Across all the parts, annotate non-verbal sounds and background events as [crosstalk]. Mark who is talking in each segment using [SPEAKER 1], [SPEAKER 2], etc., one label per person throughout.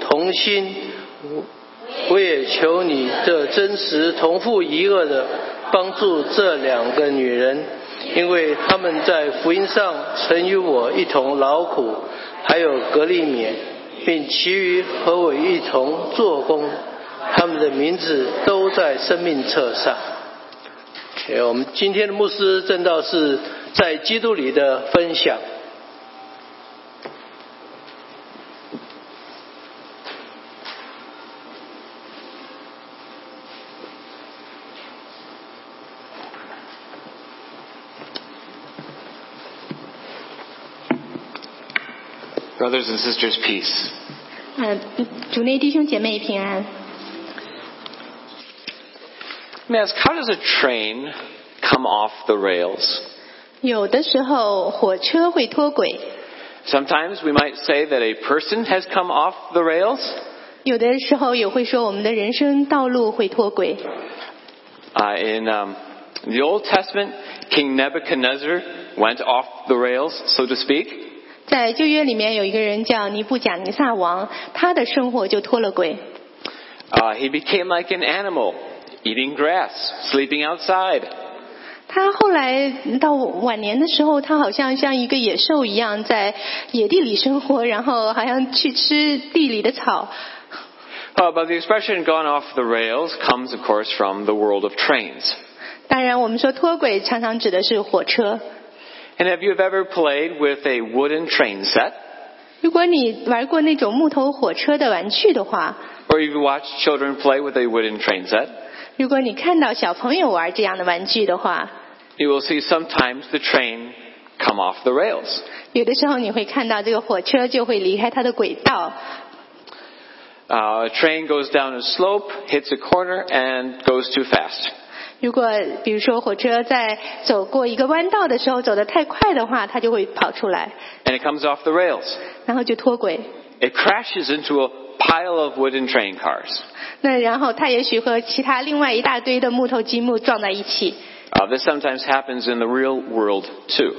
[SPEAKER 1] 同心，我也求你这真实同父一恶的帮助这两个女人，因为她们在福音上曾与我一同劳苦，还有格利勉，并其余和我一同做工，他们的名字都在生命册上。OK，我们今天的牧师正道是在基督里的分享。
[SPEAKER 2] Brothers and sisters, peace.
[SPEAKER 3] 嗯，主内弟兄姐妹平安。
[SPEAKER 2] Let me ask, how does a train come off the rails?
[SPEAKER 3] 有的时候火车会脱轨，
[SPEAKER 2] Sometimes we might say that a person has come off the rails.
[SPEAKER 3] 有的时候也会说我们的人生道路会脱轨。
[SPEAKER 2] Uh, in um, the Old Testament, King Nebuchadnezzar went off the rails, so to speak.
[SPEAKER 3] 在旧约里面有一个人叫尼布甲尼撒王，他的生活就脱了轨，
[SPEAKER 2] Uh, he became like an animal, eating grass, sleeping outside.
[SPEAKER 3] 他后来到晚年的时候，他好像像一个野兽一样在野地里生活，然后好像去吃地里的草。
[SPEAKER 2] Uh, but the expression gone off the rails comes, of course, from the world of trains.
[SPEAKER 3] 当然，我们说脱轨常常指的是火车。
[SPEAKER 2] And have you ever played with a wooden train set?
[SPEAKER 3] 如果你玩过那种木头火车的玩具的话，
[SPEAKER 2] Or you've watched children play with a wooden train set?
[SPEAKER 3] 如果你看到小朋友玩这样的玩具的话，
[SPEAKER 2] You will see sometimes the train come off the rails.
[SPEAKER 3] 有的时候你会看到这个火车就会离开它的轨道，
[SPEAKER 2] Uh, a train goes down a slope, hits a corner, and goes too fast.
[SPEAKER 3] 如果比如说火车在走过一个弯道的时候走得太快的话，它就会跑出来，
[SPEAKER 2] And it comes off the rails.
[SPEAKER 3] 然后就脱轨。
[SPEAKER 2] It crashes into a pile of wooden train cars.
[SPEAKER 3] 那然后它也许和其他另外一大堆的木头积木撞在一起。
[SPEAKER 2] Uh, this sometimes happens in the real world too.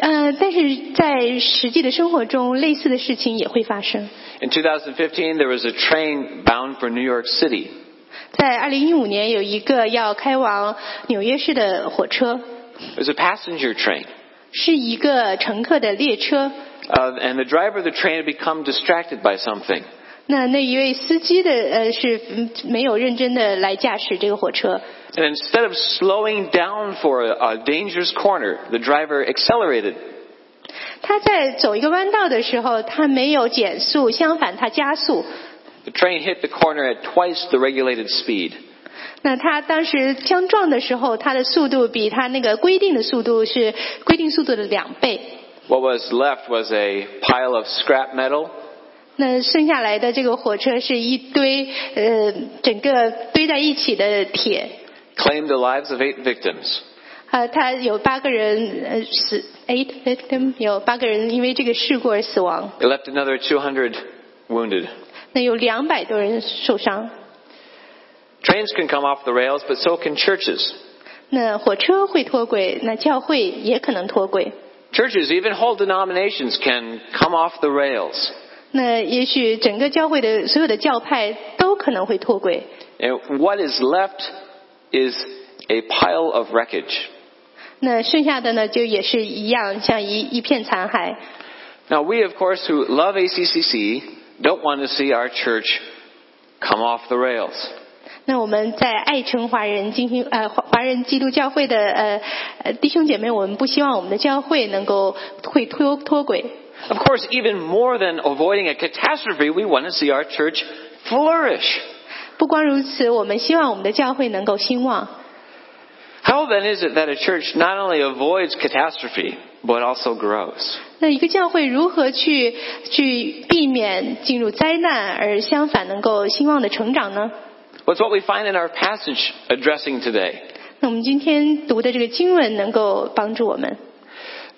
[SPEAKER 3] 呃，但是在实际的生活中，类似的事情也会发生。
[SPEAKER 2] In 2015, there was a train bound for New York City.
[SPEAKER 3] 在二零一五年，有一个要开往纽约市的火车，
[SPEAKER 2] It was a passenger train.
[SPEAKER 3] 是一个乘客的列车。
[SPEAKER 2] Uh, and the driver of the train had become distracted by something.
[SPEAKER 3] 那那一位司机的呃是嗯没有认真的来驾驶这个火车，
[SPEAKER 2] And instead of slowing down for a, a dangerous corner, the driver accelerated.
[SPEAKER 3] 他在走一个弯道的时候，他没有减速，相反他加速。
[SPEAKER 2] The train hit the corner at twice the regulated speed.
[SPEAKER 3] 那他当时相撞的时候，他的速度比他那个规定的速度是规定速度的两倍。
[SPEAKER 2] What was left was a pile of scrap metal,
[SPEAKER 3] 那剩下来的这个火车是一堆呃整个堆在一起的铁，
[SPEAKER 2] claimed the lives of eight victims.
[SPEAKER 3] 呃，他有八个人呃死，eight victim 有八个人因为这个事故而死亡，
[SPEAKER 2] It left another 200 wounded.
[SPEAKER 3] 那有两百多人受伤。
[SPEAKER 2] Trains can come off the rails, but so can churches.
[SPEAKER 3] 那火车会脱轨，那教会也可能脱轨。
[SPEAKER 2] Churches, even whole denominations, can come off the rails.
[SPEAKER 3] 那也许整个教会的所有的教派都可能会脱轨。
[SPEAKER 2] And what is left is a pile of wreckage.
[SPEAKER 3] 那剩下的呢，就也是一样，像一一片残骸。
[SPEAKER 2] Now, we, of course, who love ACCC, don't want to see our church come off the rails.
[SPEAKER 3] 那我们在爱城华人进行呃华华人基督教会的呃呃弟兄姐妹，我们不希望我们的教会能够会脱脱轨。
[SPEAKER 2] Of course, even more than avoiding a catastrophe, we want to see our church flourish.
[SPEAKER 3] 不光如此，我们希望我们的教会能够兴旺。
[SPEAKER 2] How then is it that a church not only avoids catastrophe, but also grows?
[SPEAKER 3] 那一个教会如何去去避免进入灾难，而相反能够兴旺的成长呢？
[SPEAKER 2] What's what we find in our passage addressing today?
[SPEAKER 3] 那我们今天读的这个经文能够帮助我们。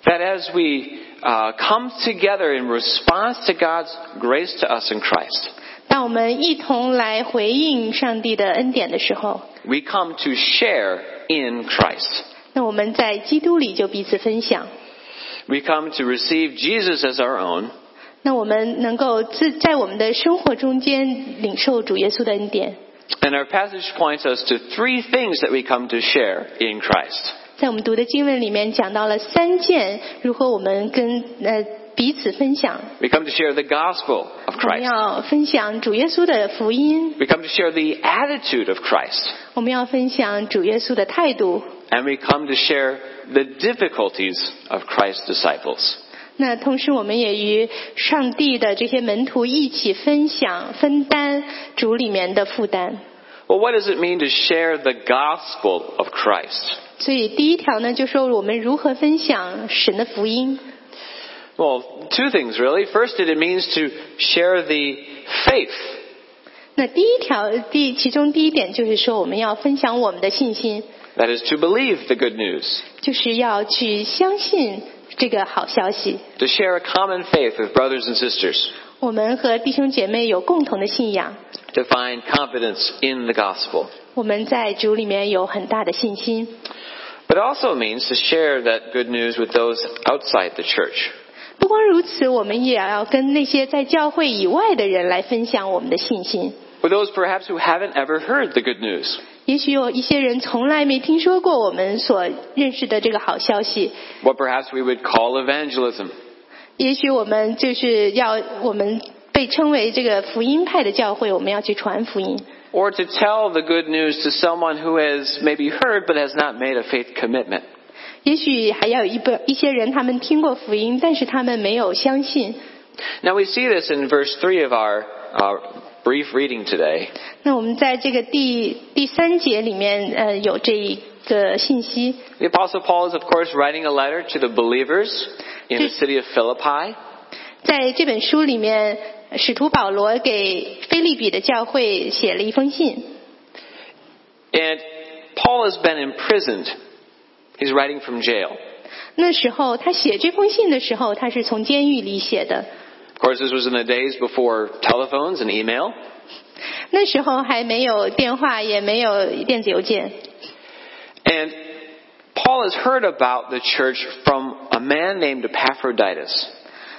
[SPEAKER 2] That as we uh, come together in response to God's grace to us in Christ,
[SPEAKER 3] 当我们一同来回应上帝的恩典的时候，
[SPEAKER 2] we come to share in Christ.
[SPEAKER 3] 那我们在基督里就彼此分享，
[SPEAKER 2] We come to receive Jesus as our own
[SPEAKER 3] 那我们能够自在我们的生活中间领受主耶稣的恩典。
[SPEAKER 2] And our passage points us to three things that we come to share in Christ.
[SPEAKER 3] 在我们读的经文里面讲到了三件，如何我们跟呃彼此分享，
[SPEAKER 2] We come to share the gospel of
[SPEAKER 3] 我们
[SPEAKER 2] Christ.
[SPEAKER 3] 要分享主耶稣的福音，
[SPEAKER 2] We come to share the attitude of Christ.
[SPEAKER 3] 我们要分享主耶稣的态度。
[SPEAKER 2] And we come to share the difficulties of Christ's disciples.
[SPEAKER 3] 那同时，我们也与上帝的这些门徒一起分享、分担主里面的负担。
[SPEAKER 2] Well, what does it mean to share the gospel of Christ?
[SPEAKER 3] 所以，第一条呢，就说我们如何分享神的福音。
[SPEAKER 2] Well, two things really. First, it means to share the faith
[SPEAKER 3] 那第一条，第其中第一点就是说，我们要分享我们的信心，
[SPEAKER 2] That is to believe the good news,
[SPEAKER 3] 就是要去相信这个好消息。
[SPEAKER 2] to share a common faith with brothers and sisters,
[SPEAKER 3] 我们和弟兄姐妹有共同的信仰，
[SPEAKER 2] to find confidence in the gospel.
[SPEAKER 3] 我们在主里面有很大的信心。
[SPEAKER 2] But it also means to share that good news with those outside the church.
[SPEAKER 3] 不光如此，我们也要跟那些在教会以外的人来分享我们的信心。
[SPEAKER 2] With those perhaps who haven't ever heard the good news.
[SPEAKER 3] 也许有一些人从来没听说过我们所认识的这个好消息，
[SPEAKER 2] What perhaps we would call evangelism.
[SPEAKER 3] 也许我们就是要我们被称为这个福音派的教会，我们要去传福音，
[SPEAKER 2] Or to tell the good news to someone who has maybe heard but has not made a faith commitment.
[SPEAKER 3] 也许还要有一部一些人他们听过福音，但是他们没有相信。
[SPEAKER 2] Now we see this in verse 3 of our, our brief reading today.
[SPEAKER 3] 那我们在这个第第三节里面，呃，有这一个信息，
[SPEAKER 2] The Apostle Paul is, of course, writing a letter to the believers in the city of Philippi.
[SPEAKER 3] 在这本书里面，使徒保罗给菲利比的教会写了一封信。
[SPEAKER 2] And Paul has been imprisoned. He's writing from jail.
[SPEAKER 3] 那时候他写这封信的时候，他是从监狱里写的。
[SPEAKER 2] Of course, this was in the days before telephones and email.
[SPEAKER 3] 那时候还没有电话，也没有电子邮件。
[SPEAKER 2] And Paul has heard about the church from a man named Epaphroditus.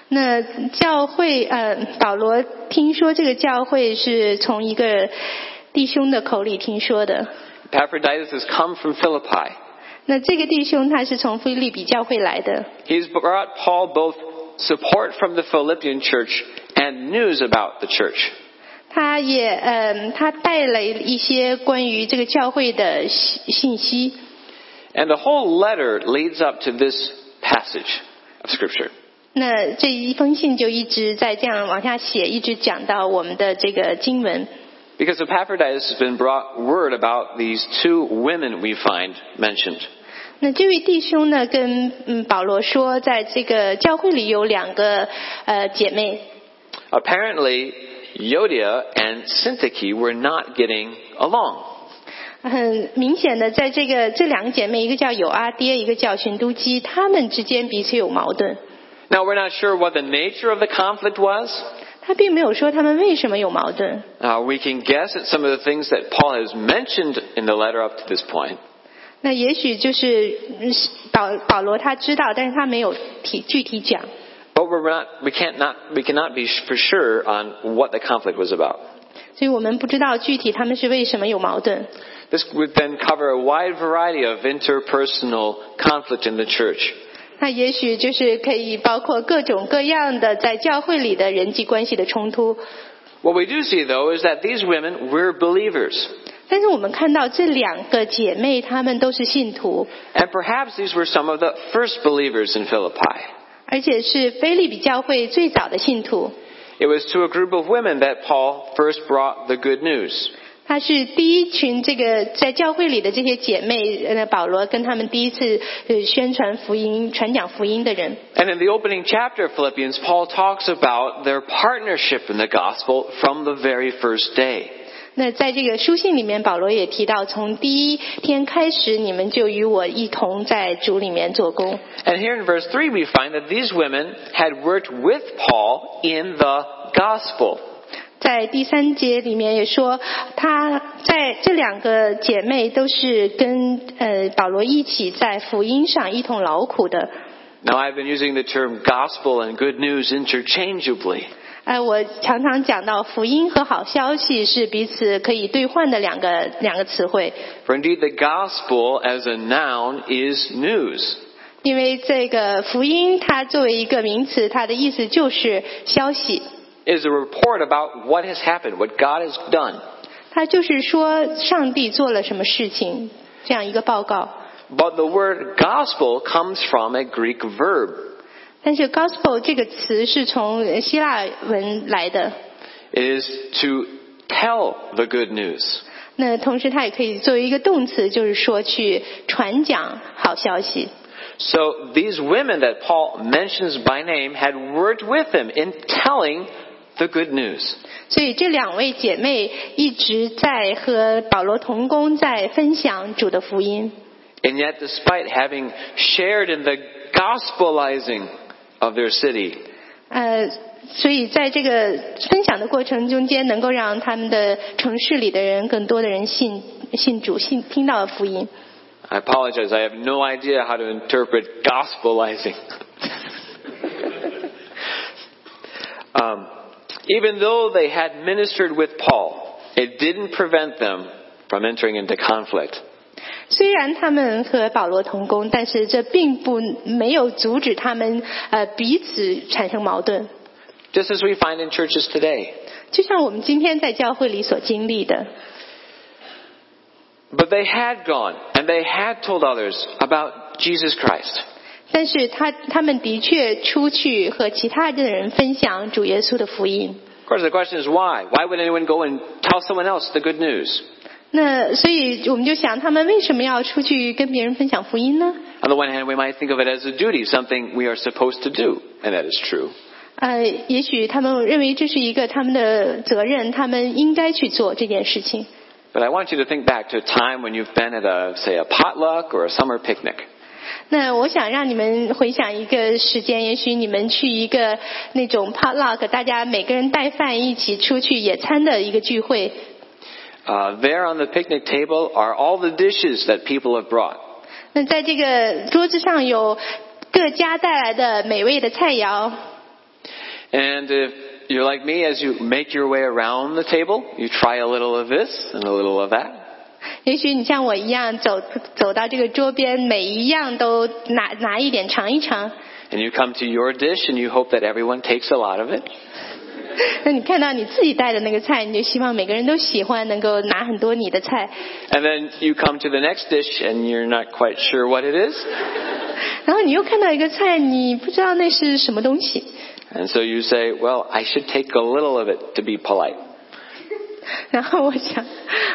[SPEAKER 3] 那教会，呃，保罗听说这个教会是从一个弟兄的口里听说的。
[SPEAKER 2] Epaphroditus has come from Philippi.
[SPEAKER 3] 那这个弟兄他是从菲利比教会来的，
[SPEAKER 2] He's brought Paul both support from the Philippian church and news about the church.
[SPEAKER 3] 他也，嗯、他带了一些关于这个教会的信信息。
[SPEAKER 2] And the whole letter leads up to this passage of Scripture.
[SPEAKER 3] 那这一封信就一直在这样往下写，一直讲到我们的这个经文。
[SPEAKER 2] Because Epaphroditus has been brought word about these two women we find mentioned.
[SPEAKER 3] 那这位弟兄呢，跟嗯保罗说，在这个教会里有两个呃姐妹，
[SPEAKER 2] Apparently, Yodia and Syntyche were not getting along.
[SPEAKER 3] 很明显的，在这个这两个姐妹，一个叫有阿爹，一个叫寻都基，她们之间彼此有矛盾。
[SPEAKER 2] Now, we're not sure what the nature of the conflict was.
[SPEAKER 3] 他并没有说她们为什么有矛盾，
[SPEAKER 2] Uh, we can guess at some of the things that Paul has mentioned in the letter up to this point.
[SPEAKER 3] 那也许就是嗯是保保罗他知道，但是他没有提具体讲。
[SPEAKER 2] But we're not, we, can't not, we cannot be for sure on what the conflict was about.
[SPEAKER 3] 所以我们不知道具体他们是为什么有矛盾。
[SPEAKER 2] This would then cover a wide variety of interpersonal conflict in the church.
[SPEAKER 3] 那也许就是可以包括各种各样的在教会里的人际关系的冲突。
[SPEAKER 2] What we do see, though, is that these women were believers.
[SPEAKER 3] 但是我们看到这两个姐妹，她们都是信徒，
[SPEAKER 2] And perhaps these were some of the first believers in Philippi.
[SPEAKER 3] 而且是菲利比教会最早的信徒。
[SPEAKER 2] It was to a group of women that Paul first brought the good news.
[SPEAKER 3] 她是第一群这个在教会里的这些姐妹，呃，保罗跟她们第一次呃宣传福音、传讲福音的人。
[SPEAKER 2] And in the opening chapter of Philippians, Paul talks about their partnership in the gospel from the very first day.
[SPEAKER 3] 那在这个书信里面，保罗也提到，从第一天开始，你们就与我一同在主里面做工。
[SPEAKER 2] And here in verse 3, we find that these women had worked with Paul in the gospel.
[SPEAKER 3] 在第三节里面也说，她在这两个姐妹都是跟呃保罗一起在福音上一同劳苦的。
[SPEAKER 2] Now, I've been using the term gospel and good news interchangeably.
[SPEAKER 3] 呃，我常常讲到福音和好消息是彼此可以兑换的两个两个词汇，
[SPEAKER 2] For indeed, the gospel as a noun is news.
[SPEAKER 3] 因为这个福音它作为一个名词，它的意思就是消息，
[SPEAKER 2] It is a report about what has happened, what God has done.
[SPEAKER 3] 它就是说上帝做了什么事情这样一个报告。
[SPEAKER 2] But the word gospel comes from a Greek verb.
[SPEAKER 3] 但是 gospel 这个词是从希腊文来的，
[SPEAKER 2] It is to tell the good news.
[SPEAKER 3] 那同时它也可以作为一个动词，就是说去传讲好消息。
[SPEAKER 2] So these women that Paul mentions by name had worked with him in telling the good news.
[SPEAKER 3] 所以这两位姐妹一直在和保罗同工，在分享主的福音。
[SPEAKER 2] And yet, despite having shared in the gospelizing of their city,
[SPEAKER 3] 呃，所以在这个分享的过程中间，能够让他们的城市里的人更多的人信信主，信听到福音。
[SPEAKER 2] I apologize, I have no idea how to interpret gospelizing. [laughs] um, even though they had ministered with Paul, it didn't prevent them from entering into conflict.
[SPEAKER 3] 虽然他们和保罗同工，但是这并不没有阻止他们呃彼此产生矛盾。
[SPEAKER 2] Just as we find in churches today.
[SPEAKER 3] 就像我们今天在教会里所经历的，
[SPEAKER 2] But they had gone and they had told others about Jesus Christ.
[SPEAKER 3] 但是他他们的确出去和其他的人分享主耶稣的福音。
[SPEAKER 2] Of course, the question is why? Why would anyone go and tell someone else the good news?
[SPEAKER 3] 那所以我们就想，他们为什么要出去跟别人分享福音呢？
[SPEAKER 2] On the one hand, we might think of it as a duty, something we are supposed to do, and that is true.
[SPEAKER 3] 呃，也许他们认为这是一个他们的责任，他们应该去做这件事情。
[SPEAKER 2] But I want you to think back to a time when you've been at a, say, a potluck or a summer picnic.
[SPEAKER 3] 那我想让你们回想一个时间，也许你们去一个那种 potluck，大家每个人带饭一起出去野餐的一个聚会。
[SPEAKER 2] Uh, there on the picnic table are all the dishes that people have brought.
[SPEAKER 3] 那在这个桌子上有各家带来的美味的菜肴。
[SPEAKER 2] And if you're like me, as you make your way around the table, you try a little of this and a little of that.
[SPEAKER 3] 也许你像我一样走走到这个桌边，每一样都拿拿一点尝一尝。 [laughs]
[SPEAKER 2] And you come to your dish and you hope that everyone takes a lot of it.
[SPEAKER 3] 那你看到你自己带的那个菜，你就希望每个人都喜欢，能够拿很多你的菜。
[SPEAKER 2] And then you come to the next dish and you're not quite sure what it is.
[SPEAKER 3] 然后你又看到一个菜，你不知道那是什么东西，
[SPEAKER 2] And so you say, well, I should take a little of it to be polite.
[SPEAKER 3] 然后我想，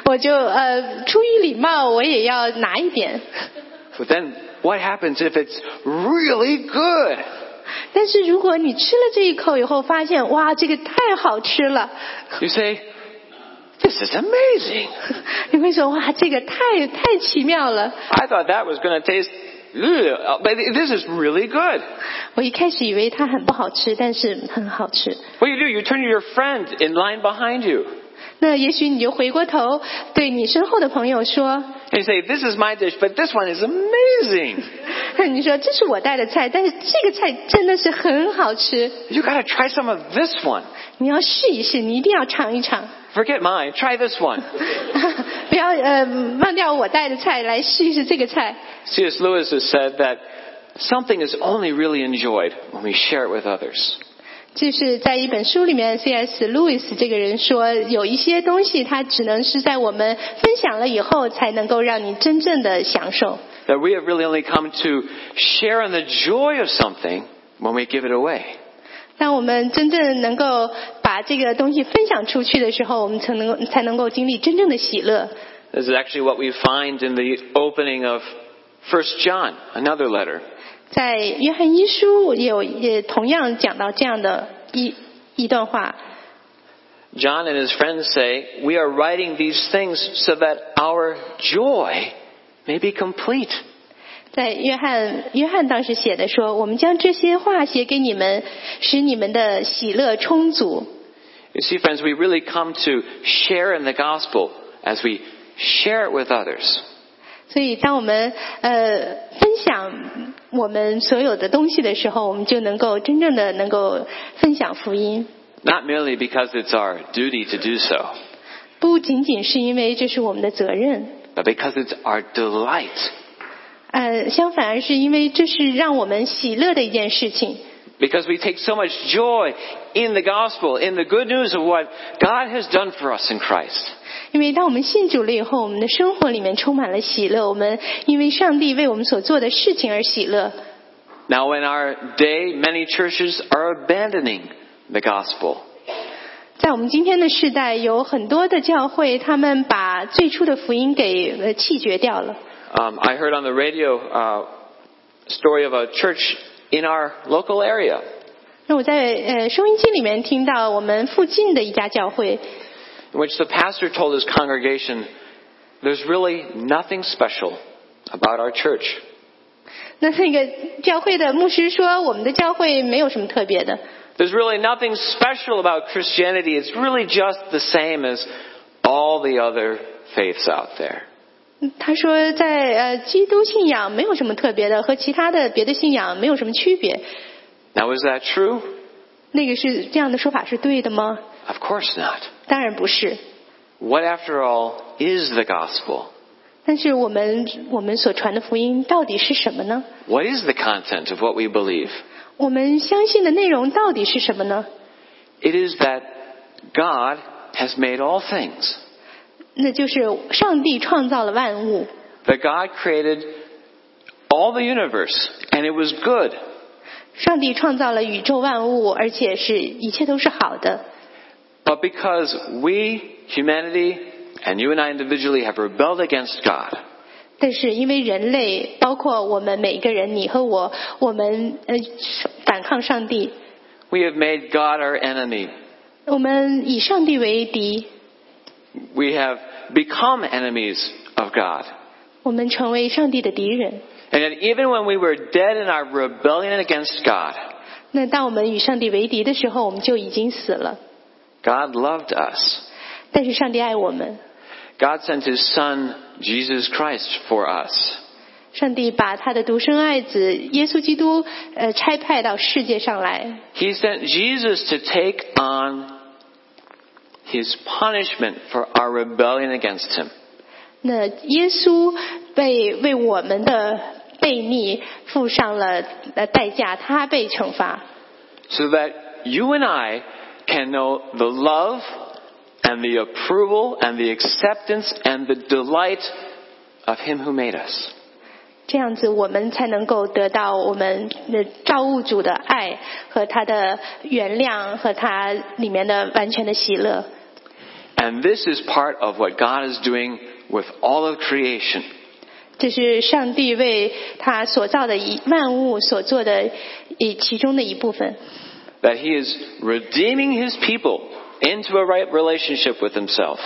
[SPEAKER 3] 我就呃出于礼貌，我也要拿一点。
[SPEAKER 2] But then what happens if it's really good?
[SPEAKER 3] 但是如果你吃了这一口以后，发现哇，这个太好吃了， [laughs]
[SPEAKER 2] You say, This is amazing.
[SPEAKER 3] 你会说哇，这个太太奇妙了。
[SPEAKER 2] I thought that was going to taste, ugh, but this is really good.
[SPEAKER 3] 我一开始以为它很不好吃，但是很好吃。
[SPEAKER 2] What do you do? You turn to your friend in line behind you
[SPEAKER 3] 那也许你就回过头对你身后的朋友说
[SPEAKER 2] and you say, This is my dish, but this one is amazing.：“
[SPEAKER 3] 你说这是我带的菜，但是这个菜真的是很好吃，
[SPEAKER 2] You got to try some of this one.
[SPEAKER 3] 你要试一试，你一定要尝一尝， [laughs]
[SPEAKER 2] Forget mine. Try this one.
[SPEAKER 3] 不要呃忘掉我带的菜，来试一试这个菜。
[SPEAKER 2] C.S. Lewis has said that something is only really enjoyed when we share it with others. ”
[SPEAKER 3] 就是在一本书里面，C.S. Lewis 这个人说，有一些东西它只能是在我们分享了以后，才能够让你真正的享受。
[SPEAKER 2] That we have really only come to share in the joy of something when we give it away.
[SPEAKER 3] 当我们真正能够把这个东西分享出去的时候，我们才能够才能够经历真正的喜乐。
[SPEAKER 2] This is actually what we find in the opening of 1 John, another letter.
[SPEAKER 3] 在约翰一书也有也同样讲到这样的一一段话，
[SPEAKER 2] John and his friends say, We are writing these things so that our joy may be complete.
[SPEAKER 3] 在约翰约翰当时写的说：“我们将这些话写给你们，使你们的喜乐充足。
[SPEAKER 2] You see, friends, we really come to share in the gospel as we share it with others. ”
[SPEAKER 3] 所以，当我们呃分享我们所有的东西的时候，我们就能够真正的能够分享福音。
[SPEAKER 2] Not merely because it's our duty to do so,
[SPEAKER 3] 不仅仅是因为这是我们的责任，
[SPEAKER 2] but because it's our delight.
[SPEAKER 3] 呃，相反而是因为这是让我们喜乐的一件事情。
[SPEAKER 2] Because we take so much joy in the gospel, in the good news of what God has done for us in Christ.
[SPEAKER 3] 因为当我们信主了以后，我们的生活里面充满了喜乐。我们因为上帝为我们所做的事情而喜乐。
[SPEAKER 2] Now, in our day, many churches are abandoning the gospel.
[SPEAKER 3] 在我们今天的时代，有很多的教会，他们把最初的福音给呃弃绝掉了。
[SPEAKER 2] Um, I heard on the radio uh, story of a church in our local area.
[SPEAKER 3] 那我在呃收音机里面听到我们附近的一家教会，
[SPEAKER 2] in which the pastor told his congregation, There's really nothing special about our church.
[SPEAKER 3] 那那个教会的牧师说，我们的教会没有什么特别的，
[SPEAKER 2] There's really nothing special about Christianity. It's really just the same as all the other faiths out there.
[SPEAKER 3] 他说在呃基督信仰没有什么特别的，和其他的别的信仰没有什么区别。
[SPEAKER 2] Now, is that true?
[SPEAKER 3] 那个是这样的说法是对的吗？
[SPEAKER 2] Of course not.
[SPEAKER 3] 当然不是。
[SPEAKER 2] What, after all, is the gospel?
[SPEAKER 3] 但是我们我们所传的福音到底是什么呢？
[SPEAKER 2] What is the content of what we believe?
[SPEAKER 3] 我们相信的内容到底是什么呢？
[SPEAKER 2] It is that God has made all things,
[SPEAKER 3] 那就是上帝创造了万物，
[SPEAKER 2] that God created all the universe, and it was good.
[SPEAKER 3] 上帝创造了宇宙万物，而且是一切都是好的。
[SPEAKER 2] But because we, humanity, and you and I individually have rebelled against God,
[SPEAKER 3] 但是因为人类，包括我们每一个人，你和我，我们呃反抗上帝，
[SPEAKER 2] we have made God our enemy.
[SPEAKER 3] 我们以上帝为敌，
[SPEAKER 2] We have become enemies of God.
[SPEAKER 3] 我们成为上帝的敌人。
[SPEAKER 2] And yet, even when we were dead in our rebellion against God,
[SPEAKER 3] 那当我们与上帝为敌的时候，我们就已经死了。
[SPEAKER 2] God loved us.
[SPEAKER 3] 但是上帝爱我们，
[SPEAKER 2] God sent His Son, Jesus Christ, for us.
[SPEAKER 3] 上帝把他的独生爱子耶稣基督呃差派到世界上来，
[SPEAKER 2] He sent Jesus to take on His punishment for our rebellion against Him.
[SPEAKER 3] 那耶稣被为我们的悖逆付上了呃代价，他被惩罚，
[SPEAKER 2] so that you and I can know the love and the approval and the acceptance and the delight of Him who made us.
[SPEAKER 3] 这样子我们才能够得到我们的造物主的爱和他的原谅和他里面的完全的喜乐。
[SPEAKER 2] And this is part of what God is doing with all of creation.
[SPEAKER 3] 这是上帝为他所造的一万物所做的一其中的一部分。
[SPEAKER 2] That He is redeeming His people into a right relationship with Himself.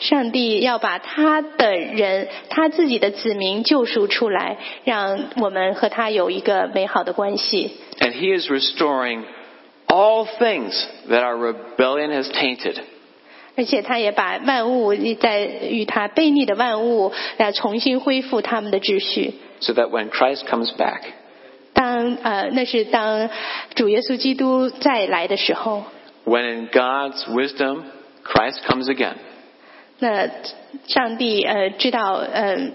[SPEAKER 3] 上帝要把他的人，他自己的子民救赎出来，让我们和他有一个美好的关系。
[SPEAKER 2] And He is restoring all things that our rebellion has tainted.
[SPEAKER 3] 而且他也把万物在与他悖逆的万物来重新恢复他们的秩序。
[SPEAKER 2] So that when Christ comes back,
[SPEAKER 3] 当呃，那是当主耶稣基督再来的时候，
[SPEAKER 2] when in God's wisdom, Christ comes again.
[SPEAKER 3] 那上帝呃知道呃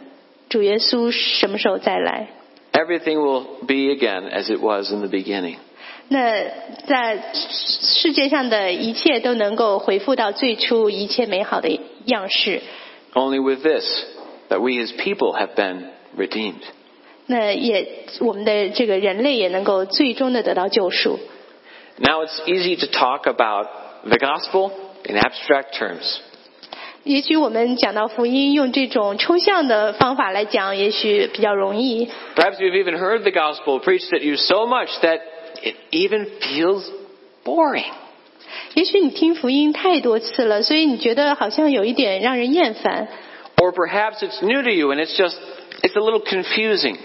[SPEAKER 3] 主耶稣什么时候再来。
[SPEAKER 2] Everything will be again as it was in the beginning.
[SPEAKER 3] 那在世界上的一切都能够回复到最初一切美好的样式。
[SPEAKER 2] Only with this, that we as people have been redeemed.
[SPEAKER 3] 那也我们的这个人类也能够最终的得到救赎。
[SPEAKER 2] Now it's easy to talk about the gospel in abstract terms.
[SPEAKER 3] 也许我们讲到福音，用这种抽象的方法来讲，也许比较容易。
[SPEAKER 2] Perhaps you've even heard the gospel preached at you so much that it even feels boring.
[SPEAKER 3] 也许你听福音太多次了，所以你觉得好像有一点让人厌烦。
[SPEAKER 2] Or perhaps it's new to you and it's just, it's a little confusing.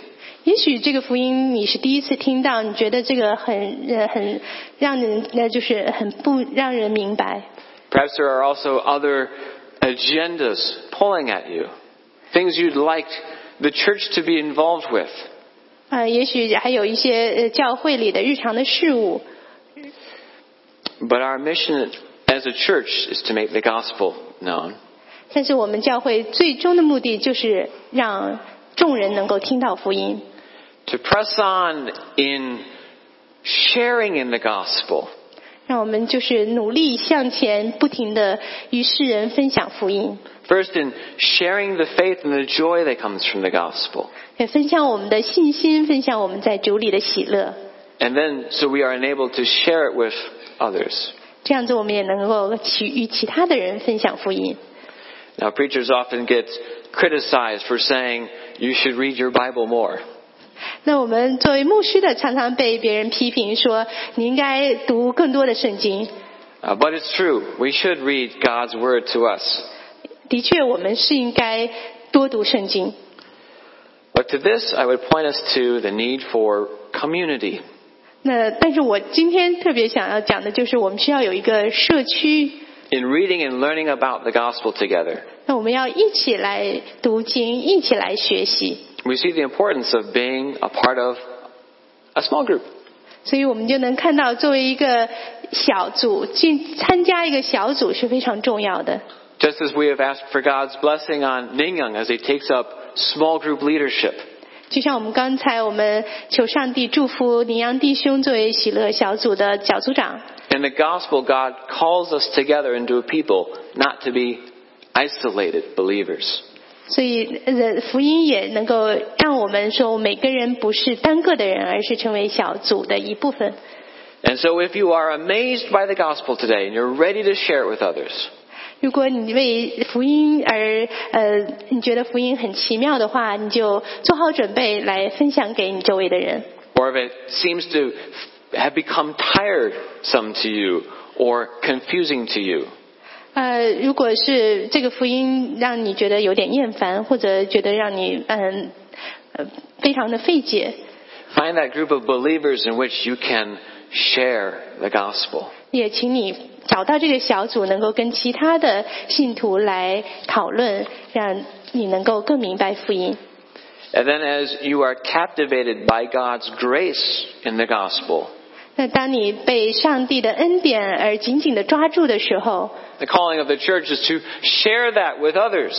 [SPEAKER 3] 也许这个福音你是第一次听到，你觉得这个很呃很让人那就是很不让人明白。
[SPEAKER 2] Perhaps there are also other agendas pulling at you. Things you'd like the church to be involved with.
[SPEAKER 3] 啊呃，也许还有一些呃教会里的日常的事物。
[SPEAKER 2] But our mission as a church is to make the gospel known.
[SPEAKER 3] 但是我们教会最终的目的就是让众人能够听到福音，
[SPEAKER 2] to press on in sharing in the gospel,
[SPEAKER 3] 让我们就是努力向前，不停的与世人分享福音，
[SPEAKER 2] first in sharing the faith and the joy that comes from the gospel.
[SPEAKER 3] 也分享我们的信心，分享我们在主里的喜乐。
[SPEAKER 2] And then, so we are enabled to share it with others.
[SPEAKER 3] 这样子，我们也能够其与其他的人分享福音。
[SPEAKER 2] Now, preachers often get criticized for saying, you should read your Bible more.
[SPEAKER 3] 那我们作为牧师的，常常被别人批评说你应该读更多的圣经。
[SPEAKER 2] Uh, but it's true. We should read God's Word to us.
[SPEAKER 3] 的确，我们是应该多读圣经。
[SPEAKER 2] But to this, I would point us to the need for community.
[SPEAKER 3] 那但是我今天特别想要讲的就是，我们需要有一个社区，
[SPEAKER 2] In reading and learning about the gospel together,
[SPEAKER 3] 那我们要一起来读经，一起来学习，
[SPEAKER 2] we see the importance of being a part of a small group.
[SPEAKER 3] 所以我们就能看到，作为一个小组进参加一个小组是非常重要的。
[SPEAKER 2] Just as we have asked for God's blessing on Ningyang as he takes up small group leadership.
[SPEAKER 3] 就像我们刚才，我们求上帝祝福林阳弟兄作为喜乐小组的小组长。
[SPEAKER 2] In the gospel, God calls us together into a people, not to be isolated believers.
[SPEAKER 3] 所以，呃，福音也能够让我们说，每个人不是单个的人，而是成为小组的一部分。
[SPEAKER 2] And so if you are amazed by the gospel today and you're ready to share it with others,
[SPEAKER 3] 如果你为福音而呃，你觉得福音很奇妙的话，你就做好准备来分享给你周围的人。
[SPEAKER 2] or if it seems to have become tiresome to you or confusing to you,
[SPEAKER 3] 呃，如果是这个福音让你觉得有点厌烦，或者觉得让你嗯呃非常的费解，
[SPEAKER 2] find that group of believers in which you can share the gospel.
[SPEAKER 3] 也请你找到这个小组，能够跟其他的信徒来讨论，让你能够更明白福音。
[SPEAKER 2] And then as you are captivated by God's grace in the gospel,
[SPEAKER 3] 那当你被上帝的恩典而紧紧的抓住的时候，
[SPEAKER 2] the calling of the church is to share that with others.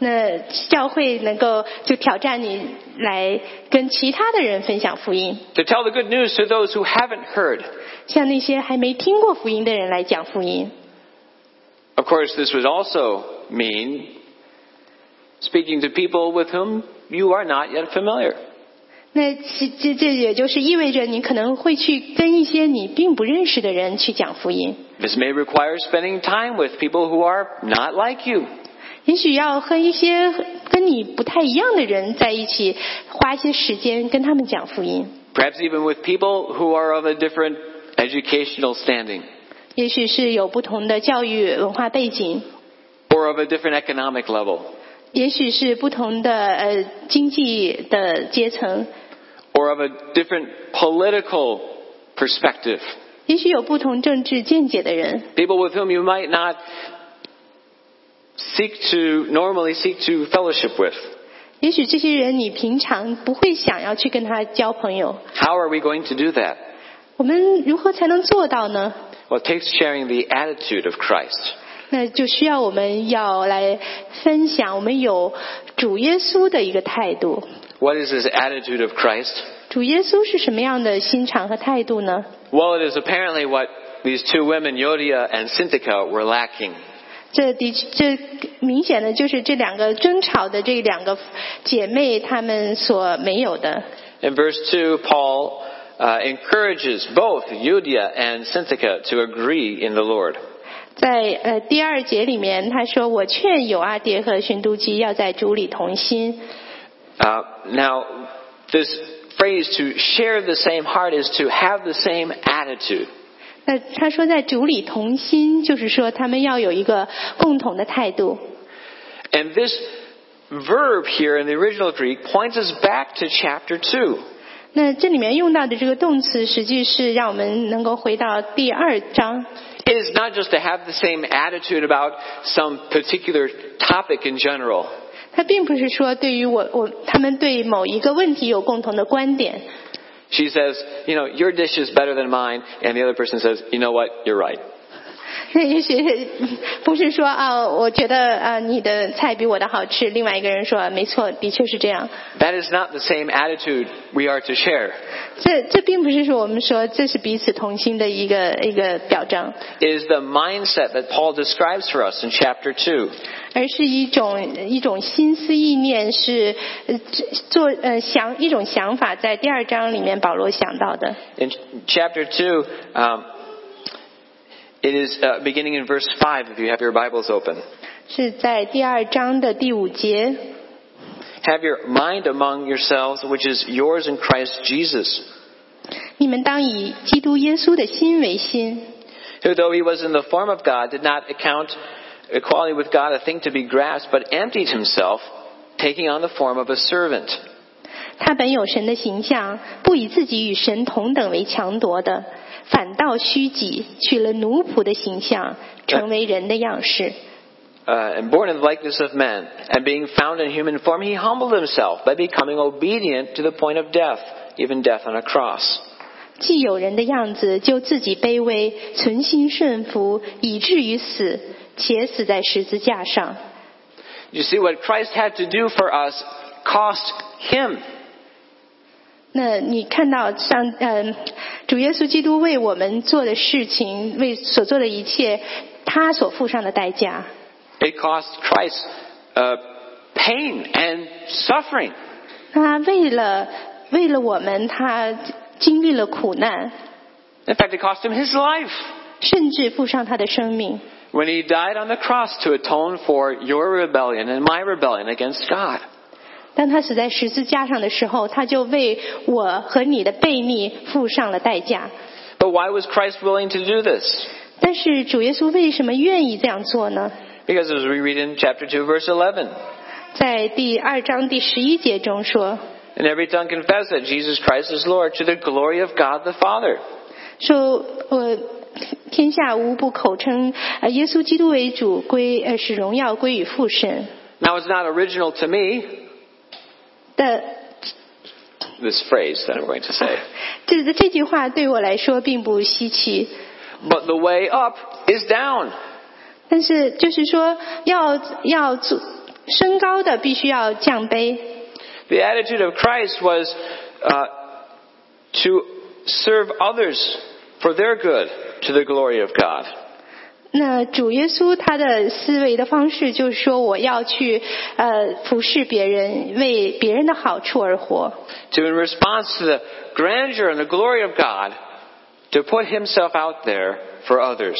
[SPEAKER 3] 那教会能够就挑战你来跟其他的人分享福音，
[SPEAKER 2] To tell the good news to those who haven't heard.
[SPEAKER 3] 向那些还没听过福音的人来讲福音。
[SPEAKER 2] Of course, this would also mean speaking to people with whom you are not yet familiar.
[SPEAKER 3] 那其这这也就是意味着你可能会去跟一些你并不认识的人去讲福音，
[SPEAKER 2] This may require spending time with people who are not like you.
[SPEAKER 3] 也许要和一些跟你不太一样的人在一起，花一些时间跟他们讲福音。
[SPEAKER 2] Perhaps even with people who are of a different educational standing
[SPEAKER 3] 也许是有不同的教育文化背景，
[SPEAKER 2] or of a different economic level.
[SPEAKER 3] 也许是不同的呃经济的阶层，
[SPEAKER 2] or of a different political perspective.
[SPEAKER 3] 也许有不同政治见解的人，
[SPEAKER 2] People with whom you might not seek to normally seek to fellowship with.
[SPEAKER 3] 也许这些人你平常不会想要去跟他交朋友。
[SPEAKER 2] How are we going to do that?
[SPEAKER 3] 我们如何才能做到呢？
[SPEAKER 2] Well, it takes sharing the attitude of Christ.
[SPEAKER 3] 那就需要我们要来分享，我们有主耶稣的一个态度。
[SPEAKER 2] What is this attitude of Christ?
[SPEAKER 3] 主耶稣是什么样的心肠和态度呢？
[SPEAKER 2] Well, it is apparently what these two women, Yodia and Syntyche, were lacking.
[SPEAKER 3] 这的这明显的就是这两个争吵的这两个姐妹她们所没有的。
[SPEAKER 2] In verse 2, Paul uh, encourages both Yodia and Syntyche to agree in the Lord.
[SPEAKER 3] 在呃第二节里面，他说：“我劝友阿爹和寻都基要在主里同心。
[SPEAKER 2] Uh, now, this phrase to share the same heart is to have the same attitude. ”
[SPEAKER 3] 那他说在主里同心，就是说他们要有一个共同的态度。
[SPEAKER 2] And this verb here in the original Greek points us back to chapter 2.
[SPEAKER 3] 那这里面用到的这个动词，实际是让我们能够回到第二章。
[SPEAKER 2] It is not just to have the same attitude about some particular topic in general,
[SPEAKER 3] 他并不是说对于我我他们对某一个问题有共同的观点。 [laughs]
[SPEAKER 2] She says, you know, your dish is better than mine, and the other person says, you know what, you're right.
[SPEAKER 3] 那也许不是说啊，我觉得啊你的菜比我的好吃。另外一个人说，没错，的确是这样。
[SPEAKER 2] That is not the same attitude we are to share.
[SPEAKER 3] 这这并不是说我们说这是彼此同心的一个一个表彰，
[SPEAKER 2] It is the mindset that Paul describes for us in chapter 2.
[SPEAKER 3] 而是一种一种心思意念是呃这做呃想一种想法，在第二章里面保罗想到的。
[SPEAKER 2] In ch- chapter 2, um, it is uh, beginning in verse 5 if you have your Bibles open.
[SPEAKER 3] 是在第二章的第五节，
[SPEAKER 2] Have your mind among yourselves, which is yours in Christ Jesus,
[SPEAKER 3] 你们当以基督耶稣的心为心，
[SPEAKER 2] who, though he was in the form of God, did not account equality with God a thing to be grasped, but emptied himself, taking on the form of a servant.
[SPEAKER 3] 他本有神的形象，不以自己与神同等为强夺的，反倒虚己，取了奴仆的形象，成为人的样式。
[SPEAKER 2] Uh, and born in the likeness of men, and being found in human form, he humbled himself by becoming obedient to the point of death, even death on a cross.
[SPEAKER 3] 既有人的样子，就自己卑微，存心顺服，以至于死，且死在十字架上。
[SPEAKER 2] You see, what Christ had to do for us cost him.
[SPEAKER 3] 那你看到上嗯，主耶稣基督为我们做的事情，为所做的一切，他所付上的代价，
[SPEAKER 2] It cost Christ uh, pain and suffering.
[SPEAKER 3] 他为了为了我们，他经历了苦难，
[SPEAKER 2] In fact, it cost him his life
[SPEAKER 3] 甚至付上他的生命。
[SPEAKER 2] when he died on the cross to atone for your rebellion and my rebellion against God.
[SPEAKER 3] 当他死在十字架上的时候，他就为我和你的悖逆付上了代价。
[SPEAKER 2] But why was Christ willing to do this?
[SPEAKER 3] 但是主耶稣为什么愿意这样做呢？
[SPEAKER 2] Because as we read in chapter 2, verse 11,
[SPEAKER 3] 在第二章第十一节中说，
[SPEAKER 2] and every tongue confess that Jesus Christ is Lord to the glory of God the Father.
[SPEAKER 3] 说我天下无不口称呃耶稣基督为主归呃使荣耀归于父神
[SPEAKER 2] Now, it's not original to me,
[SPEAKER 3] 的。
[SPEAKER 2] this phrase that I'm going to say.
[SPEAKER 3] 这这句话对我来说并不稀奇，
[SPEAKER 2] But the way up is down.
[SPEAKER 3] 但是就是说要要做升高的必须要降卑，
[SPEAKER 2] The attitude of Christ was uh, to serve others for their good to the glory of God.
[SPEAKER 3] 那主耶稣他的思维的方式就是说，我要去呃服侍别人，为别人的好处而活。
[SPEAKER 2] To, in response to the grandeur and the glory of God, to put himself out there for others.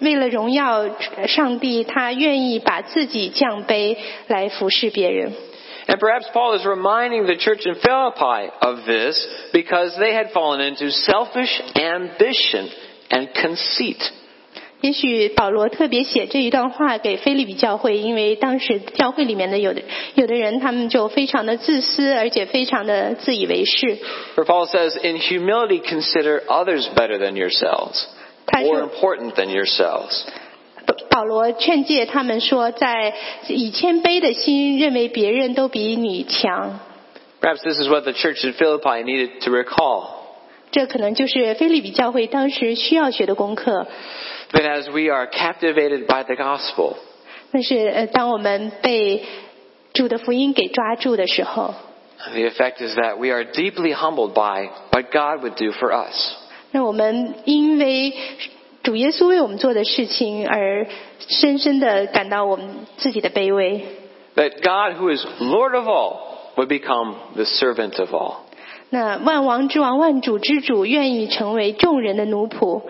[SPEAKER 3] 为了荣耀上帝，他愿意把自己降卑来服侍别人。
[SPEAKER 2] And perhaps Paul is reminding the church in Philippi of this because they had fallen into selfish ambition and conceit.
[SPEAKER 3] 也许保罗特别写这一段话给菲利比教会，因为当时教会里面的有的有的人，他们就非常的自私，而且非常的自以为是。
[SPEAKER 2] For Paul says, in humility consider others better than yourselves,
[SPEAKER 3] Patrick.
[SPEAKER 2] more important than yourselves.
[SPEAKER 3] 保保罗劝诫他们说，在以谦卑的心认为别人都比你强。
[SPEAKER 2] Perhaps this is what the church in Philippi needed to recall.
[SPEAKER 3] 这可能就是菲利比教会当时需要学的功课。
[SPEAKER 2] That as we are captivated by the gospel,
[SPEAKER 3] 但是，呃，当我们被主的福音给抓住的时候，
[SPEAKER 2] the effect is that we are deeply humbled by what God would do for us.
[SPEAKER 3] 那我们因为主耶稣为我们做的事情而深深的感到我们自己的卑微。
[SPEAKER 2] That God, who is Lord of all, would become the servant of all.
[SPEAKER 3] 那万王之王、万主之主愿意成为众人的奴仆。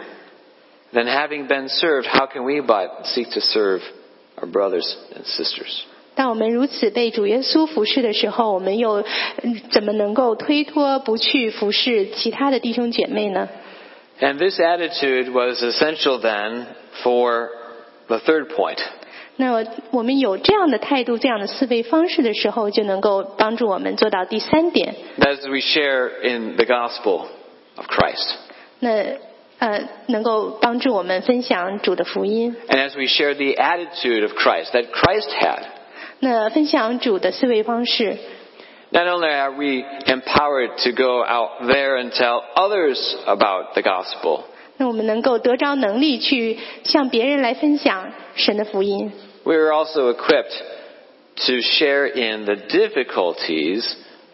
[SPEAKER 2] Then, having been served, how can we but seek to serve our brothers and sisters?
[SPEAKER 3] 当我们如此被主耶稣服侍的时候，我们又嗯怎么能够推脱不去服侍其他的弟兄姐妹呢？
[SPEAKER 2] And this attitude was essential then for the third point.
[SPEAKER 3] 那我们有这样的态度、这样的思维方式的时候，就能够帮助我们做到第三点。
[SPEAKER 2] That is, we share in the gospel of Christ.
[SPEAKER 3] 那呃，能够帮助我们分享主的福音。
[SPEAKER 2] And as we share the attitude of Christ that Christ had,
[SPEAKER 3] 那分享主的思维方式。
[SPEAKER 2] Not only are we empowered to go out there and tell others about the gospel,
[SPEAKER 3] 那我们能够得着能力去向别人来分享神的福音，
[SPEAKER 2] we are also equipped to share in the difficulties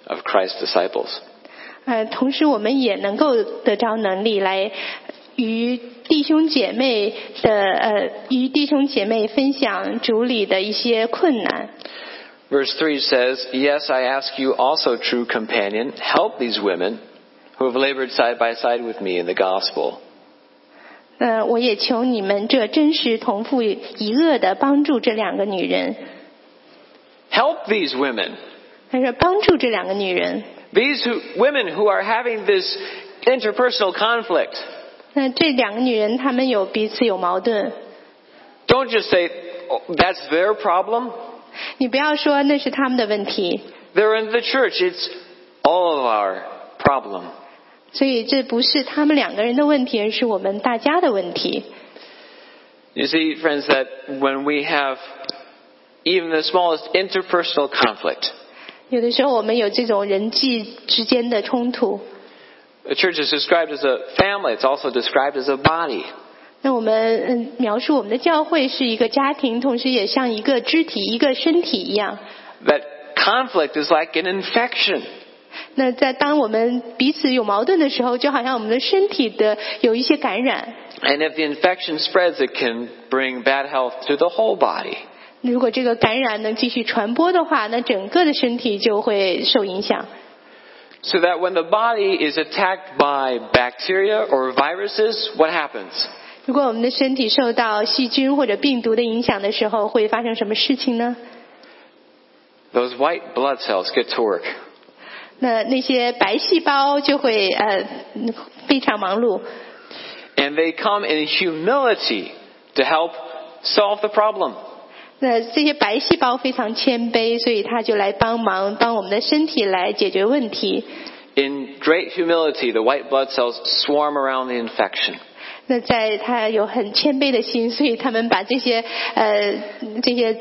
[SPEAKER 2] of Christ's disciples.
[SPEAKER 3] 呃，同时我们也能够得着能力来与弟兄姐妹的呃与弟兄姐妹分享主里的一些困难。
[SPEAKER 2] Verse 3 says, Yes, I ask you also, true companion, help these women who have labored side by side with me in the gospel.
[SPEAKER 3] 呃，我也求你们这真实同父一恶的帮助这两个女人。
[SPEAKER 2] Help these women.
[SPEAKER 3] 他说帮助这两个女人。
[SPEAKER 2] These who, women who are having this interpersonal conflict.
[SPEAKER 3] 那这两个女人，她们有彼此有矛盾。
[SPEAKER 2] Don't just say, oh, that's their problem.
[SPEAKER 3] 你不要说那是她们的问题，
[SPEAKER 2] They're in the church. It's all of our problem.
[SPEAKER 3] 所以这不是她们两个人的问题，而是我们大家的问题。
[SPEAKER 2] You see, friends, that when we have even the smallest interpersonal conflict,
[SPEAKER 3] 有的时候我们有这种人际之间的冲突，
[SPEAKER 2] the church is described as a family. It's also described as a body.
[SPEAKER 3] 那我们嗯描述我们的教会是一个家庭，同时也像一个肢体、一个身体一样。
[SPEAKER 2] That conflict is like an infection.
[SPEAKER 3] 那在当我们彼此有矛盾的时候，就好像我们的身体的有一些感染，
[SPEAKER 2] And if the infection spreads, it can bring bad health to the whole body.
[SPEAKER 3] 如果这个感染能继续传播的话，那整个的身体就会受影响。
[SPEAKER 2] So that when the body is attacked by bacteria or viruses, what happens?
[SPEAKER 3] 如果我们的身体受到细菌或者病毒的影响的时候，会发生什么事情呢？
[SPEAKER 2] Those white blood cells get to work.
[SPEAKER 3] 那那些白细胞就会呃非常忙碌，
[SPEAKER 2] And they come in humility to help solve the problem.
[SPEAKER 3] 那这些白细胞非常谦卑，所以它就来帮忙，帮我们的身体来解决问题。
[SPEAKER 2] In great humility, the white blood cells swarm around the infection.
[SPEAKER 3] 那在它有很谦卑的心，所以他们把这些呃这些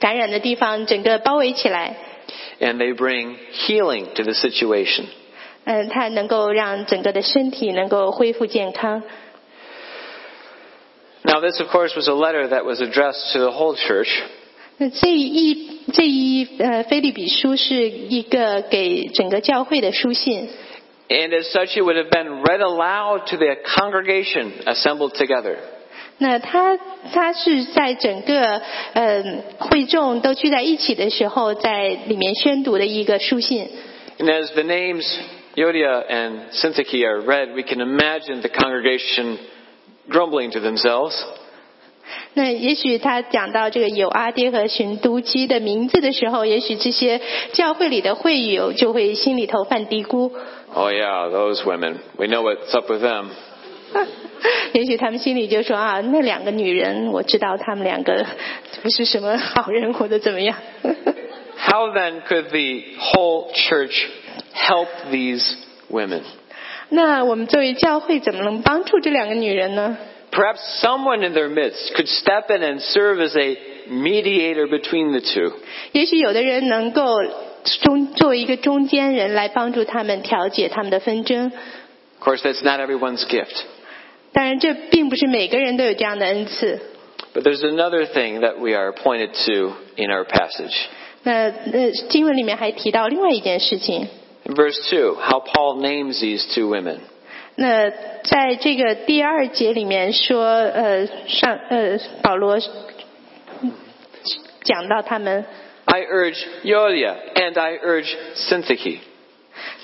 [SPEAKER 3] 感染的地方整个包围起来，
[SPEAKER 2] And they bring healing to the situation.
[SPEAKER 3] 嗯、它能够让整个的身体能够恢复健康。
[SPEAKER 2] Now this, of course, was a letter that was addressed to the whole church.
[SPEAKER 3] 那这一这一呃，菲利比书是一个给整个教会的书信，
[SPEAKER 2] And as such, it would have been read aloud to the congregation assembled together.
[SPEAKER 3] 那他他是在整个呃会众都聚在一起的时候，在里面宣读的一个书信。
[SPEAKER 2] And as the names Yodia and Syntyche are read, we can imagine the congregation grumbling to themselves.
[SPEAKER 3] 那也许他讲到这个有阿爹和寻都基的名字的时候，也许这些教会里的会友就会心里头犯嘀咕， [laughs]
[SPEAKER 2] Oh yeah, those women. We know what's up with them.
[SPEAKER 3] 也许他们心里就说啊，那两个女人，我知道她们两个不是什么好人，或者怎么样。 [laughs]
[SPEAKER 2] How then could the whole church help these women?
[SPEAKER 3] 那我们作为教会怎么能帮助这两个女人呢？
[SPEAKER 2] Perhaps someone in their midst could step in and serve as a mediator between the two.
[SPEAKER 3] 也许有的人能够中作为一个中间人来帮助他们调解他们的纷争。
[SPEAKER 2] Of course, that's not everyone's gift.
[SPEAKER 3] 当然，这并不是每个人都有这样的恩赐。
[SPEAKER 2] But there's another thing that we are pointed to in our passage.
[SPEAKER 3] 那那经文里面还提到另外一件事情。
[SPEAKER 2] In verse 2, how Paul names these two women.
[SPEAKER 3] 那在这个第二节里面说，呃，上呃，保罗嗯讲到他们，
[SPEAKER 2] I urge Yodia and I urge Syntyche.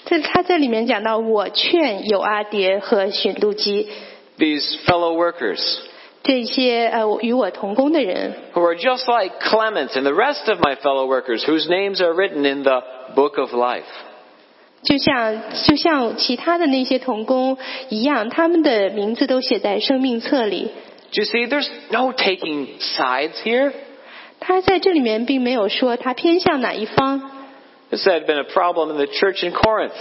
[SPEAKER 3] 这他在里面讲到，我劝有阿蝶和寻路基
[SPEAKER 2] These fellow workers
[SPEAKER 3] 这些呃与我同工的人，
[SPEAKER 2] who are just like Clement and the rest of my fellow workers whose names are written in the book of life.
[SPEAKER 3] 就像就像其他的那些童工一样，他们的名字都写在生命册里。
[SPEAKER 2] Do you see? There's no taking sides here.
[SPEAKER 3] 他在这里面并没有说他偏向哪一方。
[SPEAKER 2] This had been a problem in the church in Corinth.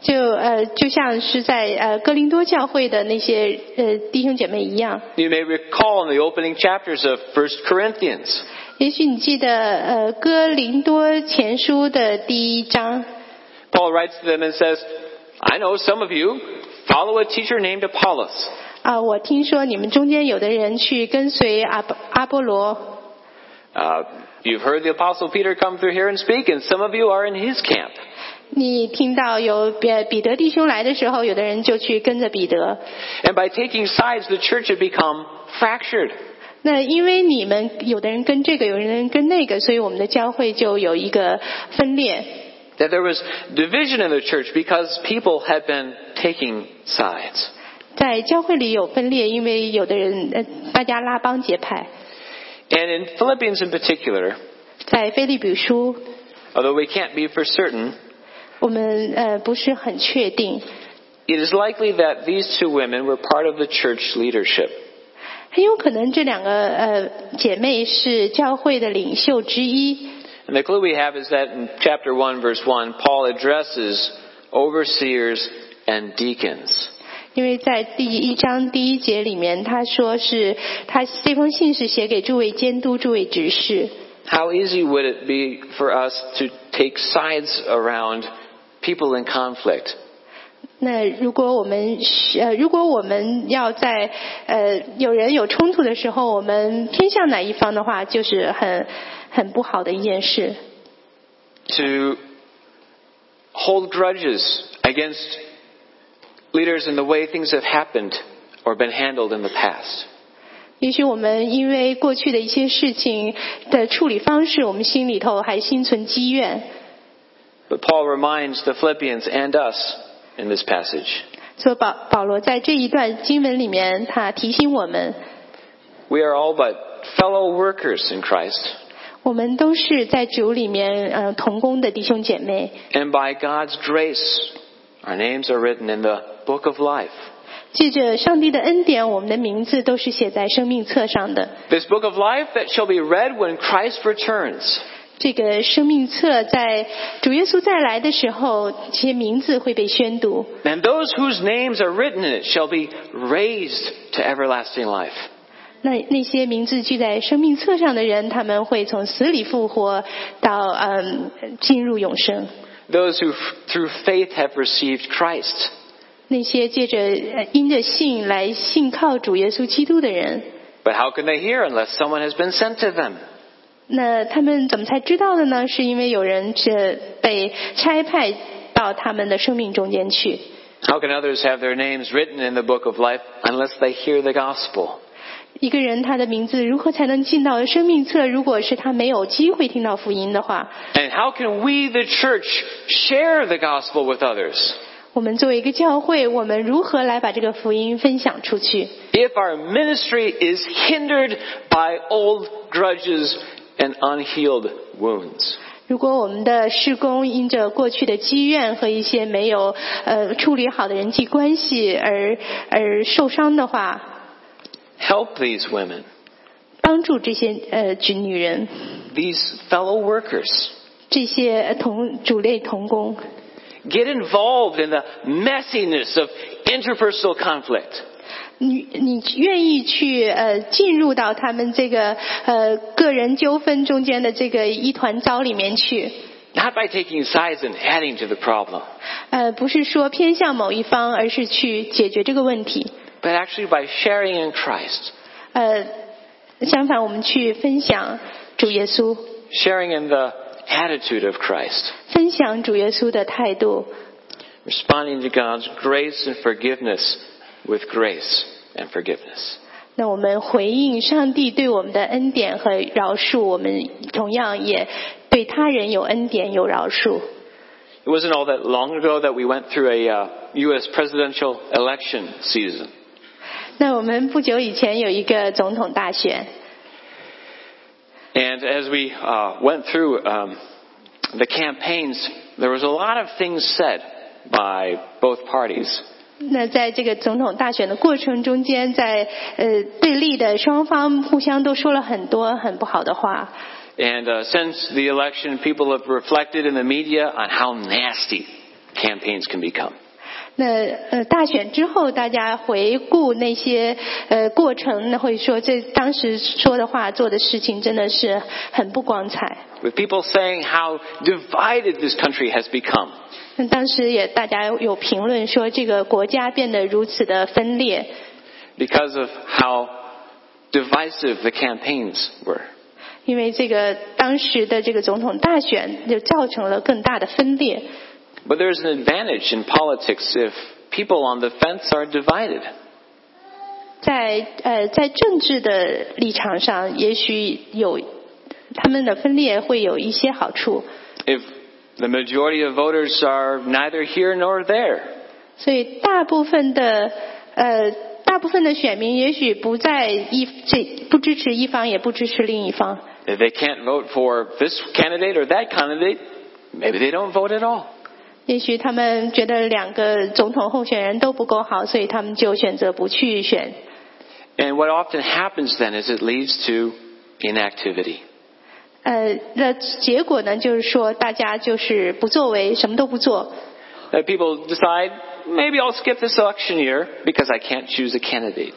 [SPEAKER 3] 就呃，就像是在呃哥林多教会的那些呃弟兄姐妹一样。
[SPEAKER 2] You may recall in the opening chapters of 1 Corinthians,
[SPEAKER 3] 也许你记得呃哥林多前书的第一章，
[SPEAKER 2] Paul writes to them and says, I know some of you follow a teacher named Apollos.
[SPEAKER 3] 啊、我听说你们中间有的人去跟随阿波阿波罗，
[SPEAKER 2] Uh, you've heard the Apostle Peter come through here and speak, and some of you are in his camp.
[SPEAKER 3] 你听到有彼彼得弟兄来的时候，有的人就去跟着彼得。
[SPEAKER 2] And by taking sides, the church had become fractured.
[SPEAKER 3] 那因为你们有的人跟这个，有的人跟那个，所以我们的教会就有一个分裂。
[SPEAKER 2] That there was division in the church because people had been taking sides.
[SPEAKER 3] 在教会里有分裂，因为有的人呃大家拉帮结派。
[SPEAKER 2] And in Philippians in particular,
[SPEAKER 3] 在菲利比书，
[SPEAKER 2] although we can't be for certain,
[SPEAKER 3] 我们呃不是很确定，
[SPEAKER 2] it is likely that these two women were part of the church leadership.
[SPEAKER 3] 很有可能这两个呃姐妹是教会的领袖之一。
[SPEAKER 2] And the clue we have is that in chapter 1, verse 1, Paul addresses overseers and deacons.
[SPEAKER 3] 因为在第一章第一节里面，他说是他这封信是写给诸位监督、诸位执事。
[SPEAKER 2] How easy would it be for us to take sides around people in conflict?
[SPEAKER 3] 那如果我们是呃，如果我们要在呃有人有冲突的时候，我们偏向哪一方的话，就是很很不好的一件事。
[SPEAKER 2] To hold grudges against leaders in the way things have happened or been handled in the past.
[SPEAKER 3] 也许我们因为过去的一些事情的处理方式，我们心里头还心存积怨。
[SPEAKER 2] But Paul reminds the Philippians and us in this passage
[SPEAKER 3] 所以保保罗在这一段经文里面，他提醒我们，
[SPEAKER 2] we are all but fellow workers in Christ.
[SPEAKER 3] 我们都是在主里面呃同工的弟兄姐妹。
[SPEAKER 2] And by God's grace, our names are written in the book of life.
[SPEAKER 3] 借着上帝的恩典，我们的名字都是写在生命册上的。
[SPEAKER 2] This book of life that shall be read when Christ returns.
[SPEAKER 3] 这个生命册在主耶稣再来的时候，这些名字会被宣读。
[SPEAKER 2] And those whose names are written in it shall be raised to everlasting life.
[SPEAKER 3] 那那些名字记在生命册上的人，他们会从死里复活到嗯进入永生。
[SPEAKER 2] Those who f- through faith have received Christ.
[SPEAKER 3] 那些借着呃因着信来信靠主耶稣基督的人，
[SPEAKER 2] But how can they hear unless someone has been sent to them?
[SPEAKER 3] 那他们怎么才知道的呢？是因为有人这被差派到他们的生命中间去。
[SPEAKER 2] How can others have their names written in the book of life unless they hear the gospel?
[SPEAKER 3] 一个人他的名字如何才能进到生命册？如果是他没有机会听到福音的话，
[SPEAKER 2] And how can we, the church, share the gospel with others?
[SPEAKER 3] 我们作为一个教会，我们如何来把这个福音分享出去？
[SPEAKER 2] If our ministry is hindered by old grudges and unhealed wounds.
[SPEAKER 3] 如果我们的事工因着过去的积怨和一些没有呃处理好的人际关系而而受伤的话，
[SPEAKER 2] Help these women,
[SPEAKER 3] 帮助这些呃女人，
[SPEAKER 2] these fellow workers.
[SPEAKER 3] 这些呃同主类同工，
[SPEAKER 2] Get involved in the messiness of interpersonal conflict.
[SPEAKER 3] 你你愿意去呃进入到他们这个呃个人纠纷中间的这个一团糟里面去，
[SPEAKER 2] Not by taking sides and adding to the problem,
[SPEAKER 3] 呃不是说偏向某一方，而是去解决这个问题。
[SPEAKER 2] but actually by sharing in Christ.
[SPEAKER 3] 呃，相反，我们去分享主耶稣，
[SPEAKER 2] Sharing in the attitude of Christ.
[SPEAKER 3] 分享主耶稣的态度，
[SPEAKER 2] Responding to God's grace and forgiveness with grace and forgiveness.
[SPEAKER 3] 那我们回应上帝对我们的恩典和饶恕，我们同样也对他人有恩典有饶恕。
[SPEAKER 2] It wasn't all that long ago that we went through a uh, U.S. presidential election season.
[SPEAKER 3] 那我们不久以前有一个总统大选，
[SPEAKER 2] And as we uh, went through um, the campaigns, there was a lot of things said by both parties.
[SPEAKER 3] 那在这个总统大选的过程中间，在呃对立的双方互相都说了很多很不好的话。
[SPEAKER 2] And uh, since the election, people have reflected in the media on how nasty campaigns can become.
[SPEAKER 3] 那呃，大选之后，大家回顾那些呃过程，会说这当时说的话、做的事情真的是很不光彩。
[SPEAKER 2] With people saying how divided this country has become.
[SPEAKER 3] 那当时也大家有评论说，这个国家变得如此的分裂，
[SPEAKER 2] because of how divisive the campaigns were.
[SPEAKER 3] 因为这个当时的这个总统大选就造成了更大的分裂。
[SPEAKER 2] But there's an advantage in politics if people on the fence are divided.
[SPEAKER 3] 在呃，在政治的立场上，也许有他们的分裂会有一些好处。
[SPEAKER 2] If the majority of voters are neither here nor there,
[SPEAKER 3] 所以大部分的呃，大部分的选民也许不在一这不支持一方，也不支持另一方。
[SPEAKER 2] if they can't vote for this candidate or that candidate, maybe they don't vote at all.
[SPEAKER 3] 也许他们觉得两个总统候选人都不够好，所以他们就选择不去选。
[SPEAKER 2] And what often happens then is it leads to inactivity.
[SPEAKER 3] 呃，那结果呢，就是说大家就是不作为，什么都不做。
[SPEAKER 2] That people decide, maybe I'll skip this election year because I can't choose a candidate.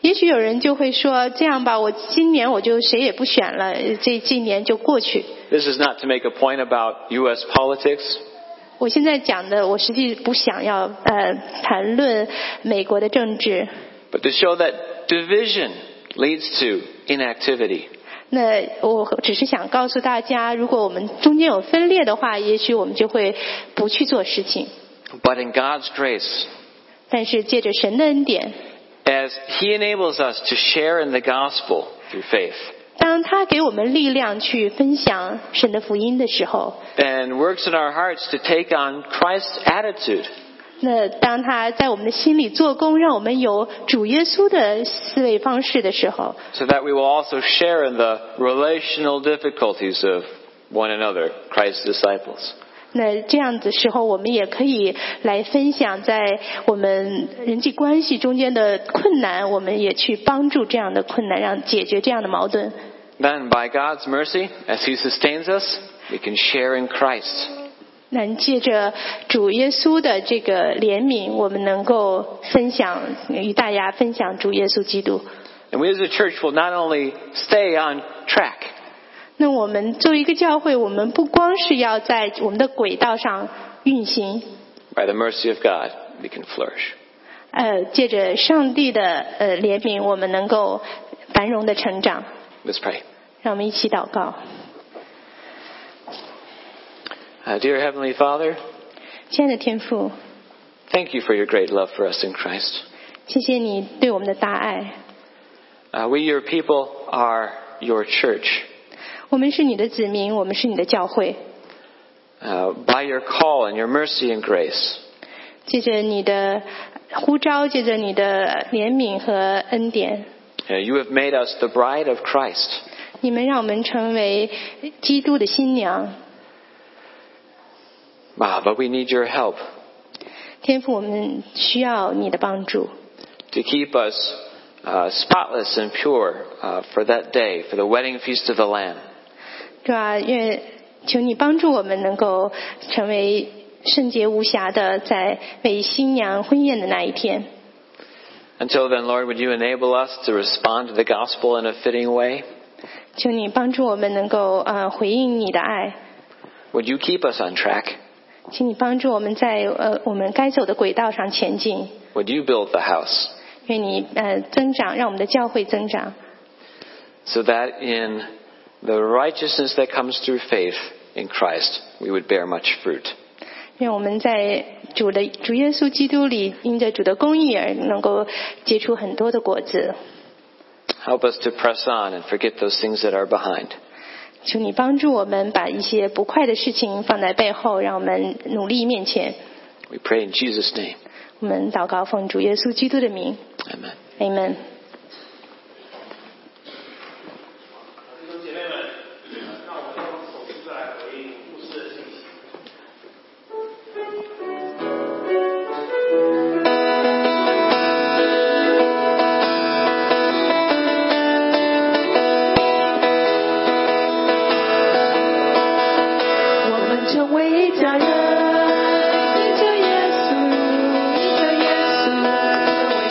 [SPEAKER 3] 也许有人就会说，这样吧，我今年我就谁也不选了，这这一年就过去。
[SPEAKER 2] This is not to make a point about U.S. politics.
[SPEAKER 3] 我现在讲的，我实际不想要呃谈论美国的政治。
[SPEAKER 2] But to show that division leads to inactivity.
[SPEAKER 3] 那我只是想告诉大家，如果我们中间有分裂的话，也许我们就会不去做事情。
[SPEAKER 2] But in God's grace,
[SPEAKER 3] 但是借着神的恩典，
[SPEAKER 2] as He enables us to share in the gospel through faith,
[SPEAKER 3] 当他给我们力量去分享神的福音的时候，
[SPEAKER 2] and works in our hearts to take on Christ's attitude,
[SPEAKER 3] 那当他在我们的心里做工，让我们有主耶稣的思维方式的时候，
[SPEAKER 2] so that we will also share in the relational difficulties of one another, Christ's disciples.
[SPEAKER 3] 那这样子时候，我们也可以来分享在我们人际关系中间的困难，我们也去帮助这样的困难，让解决这样的矛盾。
[SPEAKER 2] Then, by God's mercy, as He sustains us, we can share in Christ.
[SPEAKER 3] 那借着主耶稣的这个怜悯，我们能够分享与大家分享主耶稣基督。
[SPEAKER 2] And we as a church will not only stay on track,
[SPEAKER 3] 那我们作为一个教会，我们不光是要在我们的轨道上运行，
[SPEAKER 2] by the mercy of God, we can flourish.
[SPEAKER 3] 呃，借着上帝的呃怜悯，我们能够繁荣的成长。
[SPEAKER 2] Let's pray.
[SPEAKER 3] 让我们一起祷告，
[SPEAKER 2] Uh, dear Heavenly Father,
[SPEAKER 3] 亲爱的天父，
[SPEAKER 2] thank you for your great love for us in Christ.
[SPEAKER 3] 谢谢你对我们的大爱。
[SPEAKER 2] Uh, we, your people, are your church.
[SPEAKER 3] 我们是你的子民，我们是你的教会。
[SPEAKER 2] Uh, by your call and your mercy and grace,
[SPEAKER 3] 借着你的呼召，借着你的怜悯和恩典，
[SPEAKER 2] uh, you have made us the bride of Christ.
[SPEAKER 3] 你们让我们成为基督的新娘。
[SPEAKER 2] Ah, but we need your help
[SPEAKER 3] 天父，我们需要你的帮助，
[SPEAKER 2] to keep us uh, spotless and pure uh, for that day, for the wedding feast of the Lamb.
[SPEAKER 3] 是吧？啊愿求你帮助我们能够成为圣洁无瑕的，在为新娘婚宴的那一天。
[SPEAKER 2] Until then, Lord, would you enable us to respond to the gospel in a fitting way?
[SPEAKER 3] 求你帮助我们能够呃回应你的爱，
[SPEAKER 2] Would you keep us on track?
[SPEAKER 3] 请你帮助我们在呃我们该走的轨道上前进。
[SPEAKER 2] Would you build the house
[SPEAKER 3] 愿你呃增长，让我们的教会增长，
[SPEAKER 2] so that in the righteousness that comes through faith in Christ, we would bear much fruit?
[SPEAKER 3] 愿我们在主的主耶稣基督里，因着主的公义而能够结出很多的果子。
[SPEAKER 2] Help us to press on and forget those things that are behind.
[SPEAKER 3] 求你帮助我们把一些不快的事情放在背后，让我们努力面前。
[SPEAKER 2] We pray in Jesus' name.
[SPEAKER 3] 我们祷告，奉主耶稣基督的名
[SPEAKER 2] Amen.
[SPEAKER 3] ，Amen。
[SPEAKER 4] 弟兄姐妹们，让我们用手势来回应故事的信息。
[SPEAKER 5] 我们成为一家人，